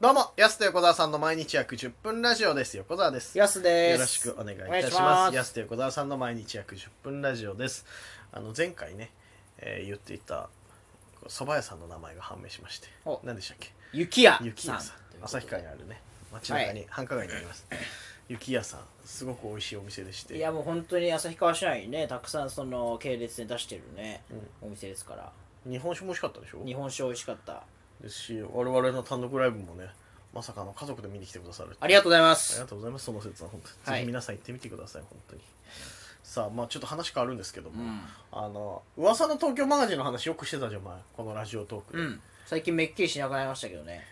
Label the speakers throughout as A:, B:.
A: どうも、やすと横澤さんの毎日約10分ラジオです。横澤です。よ
B: やすです。
A: ろしくお願いいたし
B: お願いし
A: ま
B: ます
A: す。やすと横澤さんの毎日約10分ラジオです。あの、前回ね、えー言っていた蕎麦屋さんの名前が判明しまして
B: お、
A: 何でしたっけ
B: 雪屋さん。
A: 雪屋さん。旭川にあるね、街中に、繁華街にあります。雪屋さん、すごく美味しいお店でして。
B: いやもう本当に旭川市内にね、たくさんその系列で出してるね、お店ですから。
A: 日本酒も美味しかったでしょ
B: 日本酒美味しかった。
A: ですし、我々の単独ライブもね、まさかの家族で見に来てくださるっていう
B: ありがとうございま
A: あり
B: す
A: が。とうございます、その説は本当に。
B: は
A: ぜ
B: い
A: ひ皆さん行ってみてください、本当に。さあ、まあちょっと話変わるんですけども、
B: うん
A: あの、噂の東京マガジンの話よくしてたじゃん、前。このラジオトーク
B: う
A: で。
B: ん。最近めっきりしなくなりましたけどね。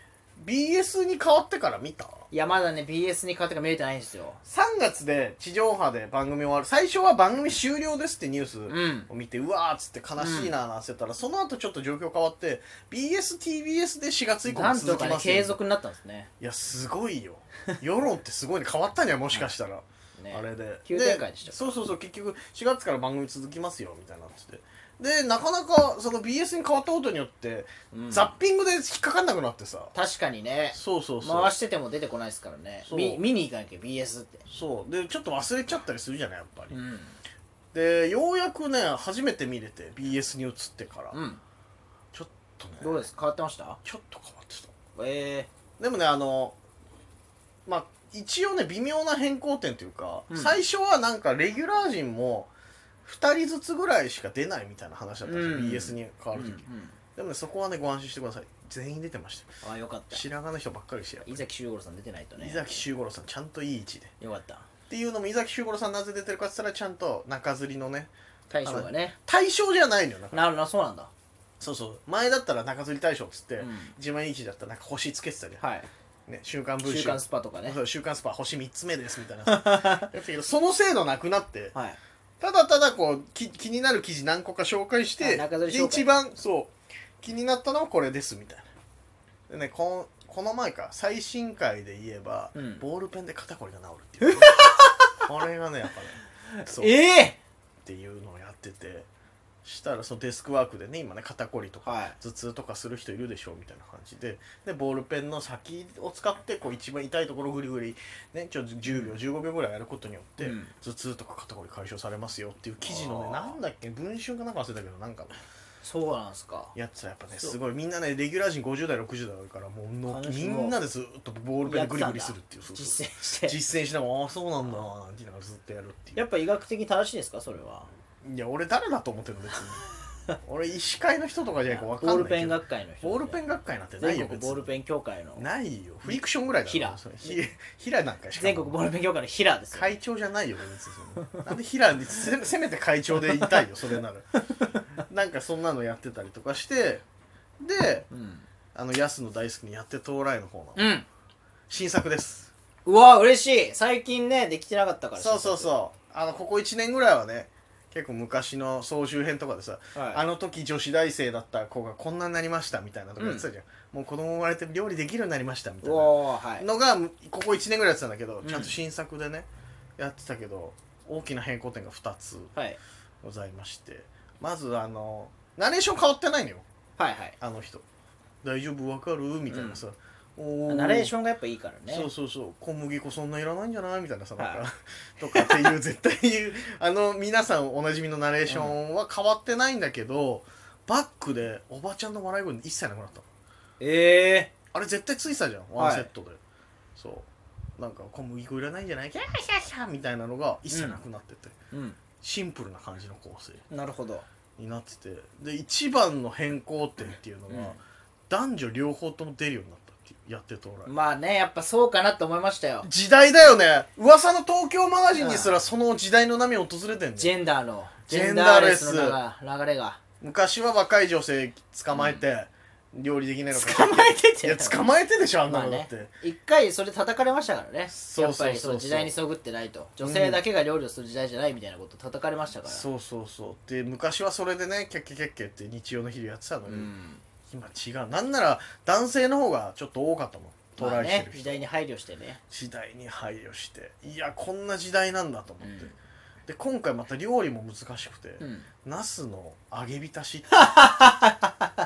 A: BS に変わってから見た
B: いやまだね、BS に勝手が見えてないんですよ。
A: 3月で地上波で番組終わる最初は番組終了ですってニュー
B: ん
A: スを見て、うわーっつって悲しいなーなんて言ってたら、その後ちょっと状況変わって BSTBS で4月以降
B: な
A: も
B: んと
A: 続
B: か
A: き
B: ね
A: ま、すよ
B: 継続になったんですね。
A: いやすごいよ世論ってすごいね変わったんやもしかしたら、
B: ね
A: あれで
B: 急展開でしたよ
A: そうそうそう結局4月から番組続きますよみたいなっててでなかなかその BS に変わったことによって、
B: うん
A: ザッピングで引っかかんなくなってさ
B: 確かにね、
A: そうそうそう、
B: 回してても出てこないですからね
A: そ。う
B: み見に行かなきゃ BS って。
A: そうでちょっと忘れちゃったりするじゃないやっぱり、
B: うん。
A: でようやくね初めて見れて BS に移ってから、
B: うん。
A: ちょっとね
B: どうです変わってました
A: ちょっと変わってた
B: え
A: でもねあのまあ一応ね微妙な変更点というか、
B: うん
A: 最初はなんかレギュラー陣も2人ずつぐらいしか出ないみたいな話だったんですよ、
B: うん
A: BS に変わ
B: え
A: る
B: う
A: 時、
B: んうん
A: でもねそこはねご安心してください全員出てましたよ
B: ああ、よかった。
A: 白髪の人ばっかりしてやっぱ
B: 伊崎修五郎さん出てないとね
A: 伊崎修五郎さんちゃんといい位置でっ
B: よかった
A: ていうのも伊崎修五郎さんなぜ出てるかって言ったらちゃんと中吊りのね
B: 大将がね
A: 大賞じゃないのよなんか
B: なるなそうなんだ
A: そうそう前だったら中吊り大賞っつって、
B: うん
A: 自慢いい位置だったらなんか星つけてたじゃん、
B: はい
A: ね、週刊文春
B: 週刊スパとかね
A: そう週刊スパ星3つ目ですみ たいなやってたけどその制度なくなって
B: はい
A: ただただこうき気になる記事何個か紹介して
B: あ中吊り紹
A: で
B: 介
A: 一番そう気になったのはこれですみたいなでねこんこの前か最新回で言えば、
B: うん
A: ボールペンで肩こりが治るっていう これがねやっ ぱねそうっ
B: ええ
A: ていうのをやっててしたらそのデスクワークでね今ね肩こりとか、
B: はい
A: 頭痛とかする人いるでしょうみたいな感じででボールペンの先を使ってこう一番痛いところをぐりぐり、ね、ちょ10秒15秒ぐらいやることによって、
B: うん
A: 頭痛とか肩こり解消されますよっていう記事のね
B: あ
A: な
B: ー
A: んだっけ文春かなんか忘れたけどなんかの
B: そうなんすか
A: やつはやっぱね
B: そう
A: すごいみんなねレギュラー陣50代60代あるからもうの
B: 楽
A: み
B: しもうん
A: なでずっとボールペンでぐりぐりするっていうそうそう
B: 実践して
A: 実践しながらああそうなんだなんて言いながらずっとやるっていう
B: やっぱ医学的に正しいですかそれはい
A: や俺誰だと思ってるの別に 俺医師会の人とかじゃないか
B: ボ
A: 分かんな
B: ー
A: い
B: ルペン
A: が
B: 学会の人
A: ボールペ
B: ン
A: ン学会なんてないよ
B: 全国ボールペン協会の
A: ないよフリクションぐらいだろ
B: ヒラ
A: それひヒラなんかしかも
B: 全国ボールペン協会のヒラですよ
A: 会長じゃないよ別にそのなんでヒラにせせめて会長でいたいよそれならなんかそんなのやってたりとかしてで
B: うん
A: あの安の大好きにやって到来の方の
B: うん
A: 新作です
B: うわ嬉しい最近ねできてなかったから
A: そうそうそうあのここ1年ぐらいはね結構昔の総集編とかでさ、
B: はい
A: あの時女子大生だった子がこんなになりましたみたいなとかやってたじゃん、もう子供生まれて料理できるようになりましたみたいな
B: おおはい
A: のがここ1年ぐらいやってたんだけど、
B: ん
A: ちゃんと新作でねやってたけど大きな変更点が2つ
B: はい
A: ございましてまずあのナレーション変わってないのよ
B: はいはい
A: あの人「大丈夫わかる?」みたいなさ、お
B: ナレー
A: ョ
B: シ
A: ン
B: ョンがやっぱいいからね
A: そうそうそう小麦粉そんないらないんじゃないみたいなさ なんか、
B: は
A: とかっていう 絶対言うあの皆さんおなじみのナレーションは変わってないんだけど、バックでおばちゃんの笑い声一切なくなったの
B: ええ
A: あれ絶対ついてたじゃんワンセットで、そうなんか小麦粉いらないんじゃないキャーキャーキャーみたいなのが一切なくなってて、
B: うん
A: シンプルな感じの構成
B: なるほど
A: になっててで一番の変更点っていうのが、
B: うん
A: 男女両方とも出るようになったっていうやってた俺、
B: まあねやっぱそうかなと思いましたよ
A: 時代だよね噂の東京マガジンにすらその時代の波を訪れてん
B: ジ
A: ね
B: ェンダーの
A: ジェンダーレス
B: ジェンダーレスの流れが
A: 昔は若い女性捕まえて、料理できないのか
B: 捕まえてて
A: いや捕まえてでしょあんな
B: まあ
A: のだ
B: ね
A: って、
B: 一回それ叩かれましたからね
A: そうそうそうそう
B: やっぱりその時代にそぐってないと女性だけが料理をする時代じゃないみたいなこと叩かれましたから
A: そうそうそうで昔はそれでねキャッキャキャッキャって日曜の昼やってたの
B: う
A: に、
B: ん
A: 今違うなんなら男性の方がちょっと多かったもんト
B: まあ
A: ライして
B: ね
A: る人、
B: 時代に配慮してね
A: 時代に配慮していやこんな時代なんだと思って、
B: うん
A: で今回また料理も難しくて、
B: うん、
A: ナスの揚げ浸しって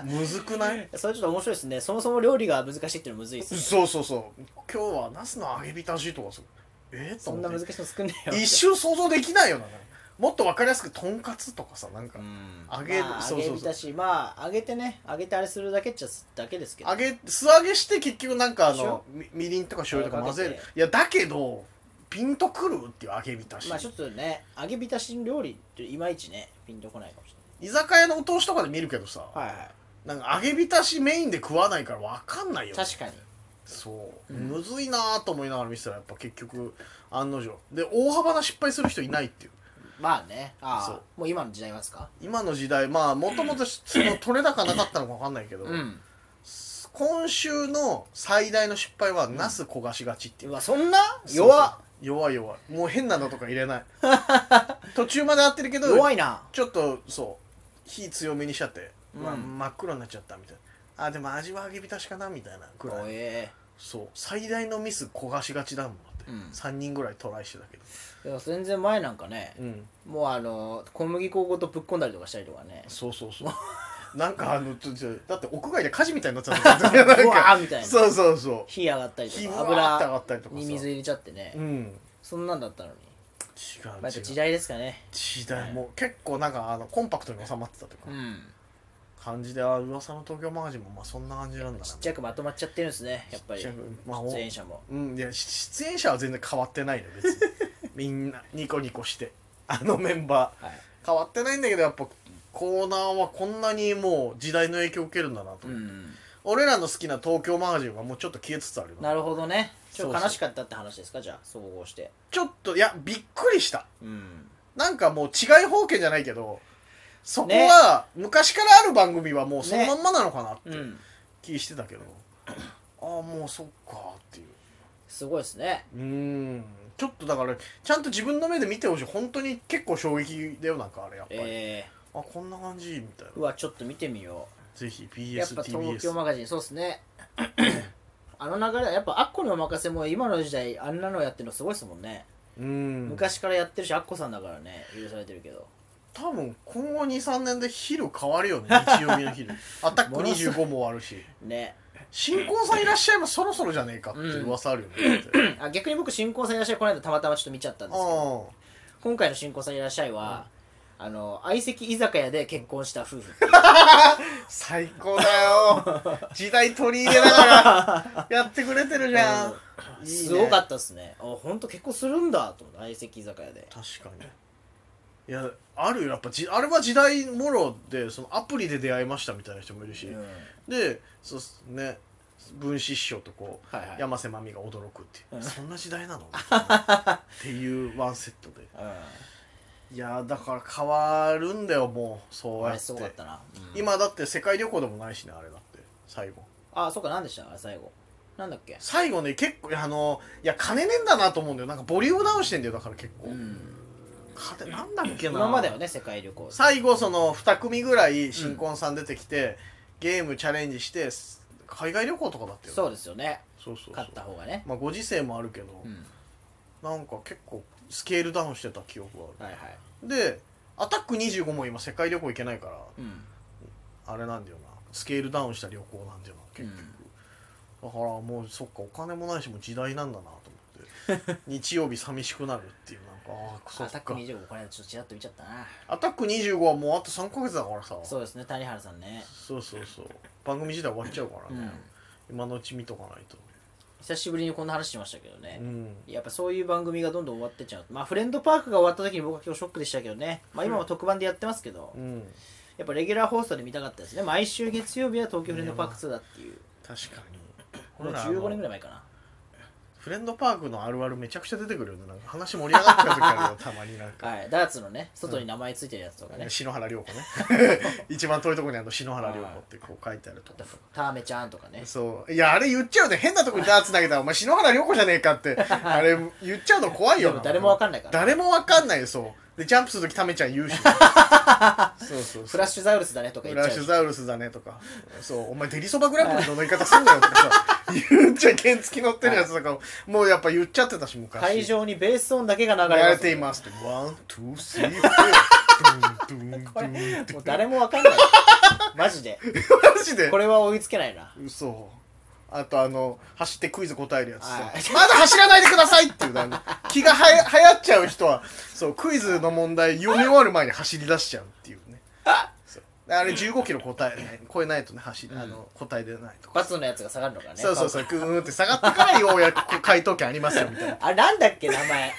A: むずくない
B: それちょっと面白いですねそもそも料理が難しいっていうのむずいですね
A: そうそうそう今日はナスの揚げ浸しとかするえー、と
B: そん
A: 思
B: な
A: っ
B: 難
A: て
B: しいの作んねえよ
A: 一瞬想像できないよなもっと分かりやすくとんかつとかさなんか
B: うん
A: 揚げ
B: まあ、
A: そうそうそう
B: 揚げ浸しまあ揚げてね揚げてあれするだけっちゃだけですけど
A: 揚げ素揚げして結局なんかあ
B: でし
A: の
B: ょ
A: みみりんとか醤油とか混ぜる
B: かけ
A: いやだけどピンとくるっていう揚げ浸し、
B: まあちょっとね揚げ浸し料理っていまいちねピンとこないかもし
A: 居酒屋のお通しとかで見るけどさ、
B: れないはいはい
A: なんか揚げ浸しメインで食わないから分かんないよね
B: 確かに
A: そう、
B: うん
A: むずいなーと思いながら見てたらやっぱ結局案の定で大幅な失敗する人いないっていう
B: まあねあ
A: そ
B: あ
A: う
B: もう今の時代はですか
A: 今の時代まあもともとその取れ高なかったのか分かんないけど、
B: うん
A: 今週の最大の失敗はナス焦がしがちっていう
B: うわそんな弱っ
A: 弱い弱いもう変なのとか入れ ない途中まで合ってるけど
B: 弱いな
A: ちょっとそう火強めにしちゃって、
B: うん
A: まあ、真っ黒になっちゃったみたいなあでも味は揚げ浸しかなみたいなくら
B: お
A: い
B: え
A: そう最大のミス焦がしがちだもんだって、
B: うん
A: 3人ぐらいトライしてたけど
B: いや全然前なんかね
A: うん
B: もうあの小麦粉ごとぶっ込んだりとかしたりとかね
A: そうそうそう なんかあのちょちょだって屋外で火事みたいになっちゃったんだよなん
B: うわ
A: か
B: ーみたいな
A: そうそうそ
B: 火上がった
A: う
B: り
A: 火
B: と
A: が
B: か
A: あって上が
B: 油
A: ったりとかさ
B: に水入れちゃってね
A: うん違う
B: そんなんだったのにまあやっぱ時
A: 違う
B: 代ですかね
A: 時代もう結構なんかあのコンパクトに収まってたというか、
B: うん
A: 感じであ噂の東京マガジンもまあそんな感じなんだな
B: ちっちゃくまとまっちゃってるんですねやっぱり
A: ちっちゃくまあお
B: 出演者も
A: うんいやし出演者は全然変わってないの別 にみんなニコニコしてあのメンバー、
B: はい
A: 変わってないんだけどやっぱコーナーはこんなにもう時代の影響を受けるんだなと、
B: うん
A: 俺らの好きな東京マガジンはもうちょっと消えつつあるよ
B: なるほどねち
A: そ
B: ょっ
A: う
B: と
A: そう
B: 悲しかったって話ですかじゃあ総合して
A: ちょっといやびっくりした
B: うん
A: なんかもう違い方形じゃないけどそこは昔からある番組はもうそのまんまなのかなって
B: うん
A: 気してたけど、ああもうそっかっていう
B: すごいですね
A: うーんちょっとだからちゃんと自分の目で見てほしい本当に結構衝撃だよなんかあれやっぱり、
B: え
A: あこんな感じみたい
B: ー、
A: な
B: うわちょっと見てみよ
A: ぜひ
B: うやっ
A: BS
B: ぱ東京
A: TBS
B: マガジンそうっすね あの流れはやっぱアッコにお任せも今の時代あんなのやってるのすごいですもんね、
A: うーん
B: 昔からやってるしアッコさんだからね許されてるけど
A: 多分今後23年で昼変わる よね日曜日の昼アタック
B: ものす
A: 25もあるし
B: ね
A: 新婚さんいらっしゃいますそろそろじゃねえかっていう噂あるよね、 だって
B: あ逆に僕新婚さんいらっしゃいこの間たまたまちょっと見ちゃったんですけど
A: あ
B: 今回の新婚さんいらっしゃいは、あの相席居酒屋で結婚した夫婦
A: あ最高だよ時代取り入れながらやってくれてるじゃん
B: う
A: いいね
B: んすごかったですねあ本当結婚するんだと思って相席居酒屋で
A: 確かにいやあるよやっぱじあれは時代もろでそのアプリで出会いましたみたいな人もいるし、
B: うん
A: でそうっすね分子師匠とこう、
B: はいはい
A: 山瀬まみが驚くっていう、
B: うん
A: そんな時代 なのっていうワンセットで
B: う
A: いやーだから変わるんだよもうそ
B: ん、
A: う
B: あ
A: や
B: れ
A: っ
B: す
A: て
B: ごかったな、うん
A: 今だって世界旅行でもないしねあれだって最後
B: あそうか何でしたあれ最後なんだっけ
A: 最後ね結構いやあのいや金ねえんだなと思うんだよなんかボリュームダウンしてんだよだから結構、
B: うん
A: 金なんだっけな
B: 今まではね世界旅行
A: 最後その2組ぐらい新婚さん出てきて、ゲームチャレンジしてす海外旅行とかだったよね
B: そうですよね
A: そうそうそう
B: 勝った方がね
A: まあご時世もあるけど、
B: うん
A: なんか結構スケールダウンしてた記憶があ
B: はいはい
A: るでアタック25も今世界旅行行けないから
B: うん
A: あれなんだよなスケールダウンした旅行なんだよな結局、だからもうそっかお金もないしもう時代なんだなと 思って日曜日寂しくなるっていうなんかああそ
B: ア
A: っ
B: タッ
A: か
B: ク25これちょっとちらっと見ちゃったな
A: アタック25はもうあと3ヶ月だからさ
B: そうですね谷原さんね
A: そうそうそう番組自体終わっちゃうからね、今のうち見とかないと
B: 久しぶりにこんな話しましたけどね
A: う、ん
B: やっぱそういう番組がどんどん終わってっちゃうまあフレンドパークが終わった時に僕は今日ショックでしたけどねまあ今も特番でやってますけど、
A: うん
B: やっぱレギュラー放送で見たかったですね毎週月曜日は東京フレンドパーク2だっていう
A: 確かに
B: もう
A: 俺ら
B: 15年ぐ
A: あの
B: らい前かな
A: フレンドパークのあるあるめちゃくちゃ出てくるよねなんか話盛り上がってる時あるよたまになんか、
B: はい、ダーツのね外に名前ついてるやつとかね、
A: 篠原涼子ね 一番遠いところにあの篠原涼子ってこう書いてあるとこ
B: ターメちゃんとかね
A: そういやあれ言っちゃうね変なとこにダーツ投げたらお前 篠原涼子じゃねえかってあれ言っちゃうの怖い
B: で
A: よ
B: も
A: な
B: 誰もわかんないから
A: 誰もわかんないそうでジャンプするときタメちゃん言う しそうそうそう
B: フラッシュザウルスだねとか言
A: フ
B: っ
A: ラッ
B: ち
A: シ
B: ゃ
A: ュ
B: う
A: ザウルスだねとかそうお前デリそばグランプリの乗り方すんなよとかさ言っちゃ原付き乗ってるやつとかもうやっぱ言っちゃってたし昔
B: 会場にベース音だけが流れ
A: や
B: ま
A: れ
B: す
A: ていますってワンツースリーフォードゥンドゥンド
B: こ
A: ゥン
B: れ
A: って
B: もう誰もわかんない マジで
A: マジで
B: これは追いつけないな
A: 嘘あとあの走ってクイズ答えるやつさ
B: はい
A: まだ走らないでくださいっていうあの気がはや流行っちゃう人はそうクイズの問題読み終わる前に走り出しちゃうっていうねそうあれ1 5キロ答え、ね、超えないとね走り、あの答え出ないとか
B: 罰のやつが下がるのかね
A: そうそうそうグーンって下がってからようやくこう回答権ありますよみたいな
B: あれなんだっけ名前
A: う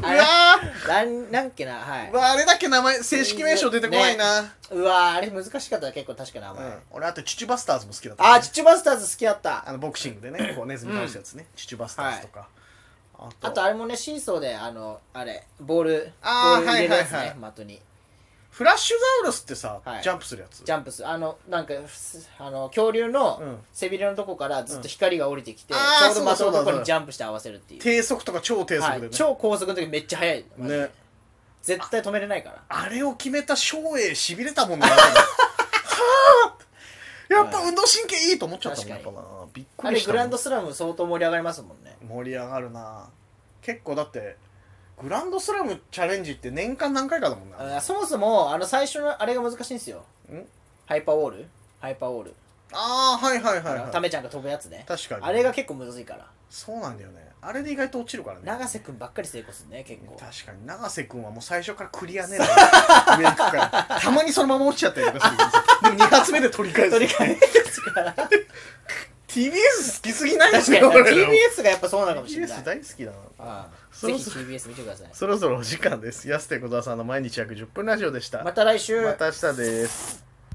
B: あれ
A: わー
B: なんなんっけなはいう
A: わーあれだけ名前正式名称出てこないな、
B: うわーあれ難しかったな結構確か名
A: う
B: 前、
A: ん、俺あとチュチュバスターズも好きだったね、
B: あーチュチュバスターズ好きだった
A: あのボクシングでねこうネズミ倒すやつね、チュチュバスターズとか、
B: あとあれもねシーソーであのあれボール
A: あー
B: ボール入れるやつね、
A: はいはい
B: 的に
A: フラッシュザウルスってさ、
B: はい
A: ジャンプするやつ
B: ジャンプするあのなんかふすあの恐竜
A: う
B: の
A: ん
B: 背びれのとこからずっと光が降りてきて、
A: うんあー
B: ちょうど的
A: そうだ
B: のと
A: そう
B: こ
A: だ
B: にジャンプして合わせるっていう
A: 低速とか超低速
B: は
A: でね,、
B: い、超高速の時めっちゃ速い、マジで
A: ね
B: 絶対止めれないから
A: あれを決めた照英しびれたもん だはあやっぱ運動神経いいと思っちゃったもんやっ
B: 確
A: ぱ
B: か
A: なびっ
B: あ
A: くり
B: れ
A: した
B: グ
A: もん
B: ランドスラム相当盛り上がりますもんね
A: 盛り上がるな結構だってグランドスラムチャレンジって年間何回かだもんな
B: あそもそもあの最初のあれが難しいんですよ
A: ん
B: ハイパーウォールハイパーウォール、
A: ああはいはいはい、
B: あの
A: は
B: タ
A: い、
B: メちゃんが飛ぶやつね
A: 確かに
B: あれが結構むずいから
A: そうなんだよねあれで意外と落ちるからね
B: 永瀬君ばっかり成功するね結構
A: 確かに永瀬君はもう最初からクリアねえな上行くからたまにそのまま落ちちゃったりとかするけどでも2発目で取り返す
B: 取り返すから確
A: TBS 好きすぎないで
B: か
A: す
B: に
A: か俺ら
B: TBS がやっぱそうなのかもしれない
A: TBS 大好きだな
B: ああ
A: そ
B: ぜ
A: ろ
B: ひ
A: そ
B: TBS 見てください
A: そろそろお時間です安手小沢さんの毎日約10分ラジオでした
B: また来週
A: また明日です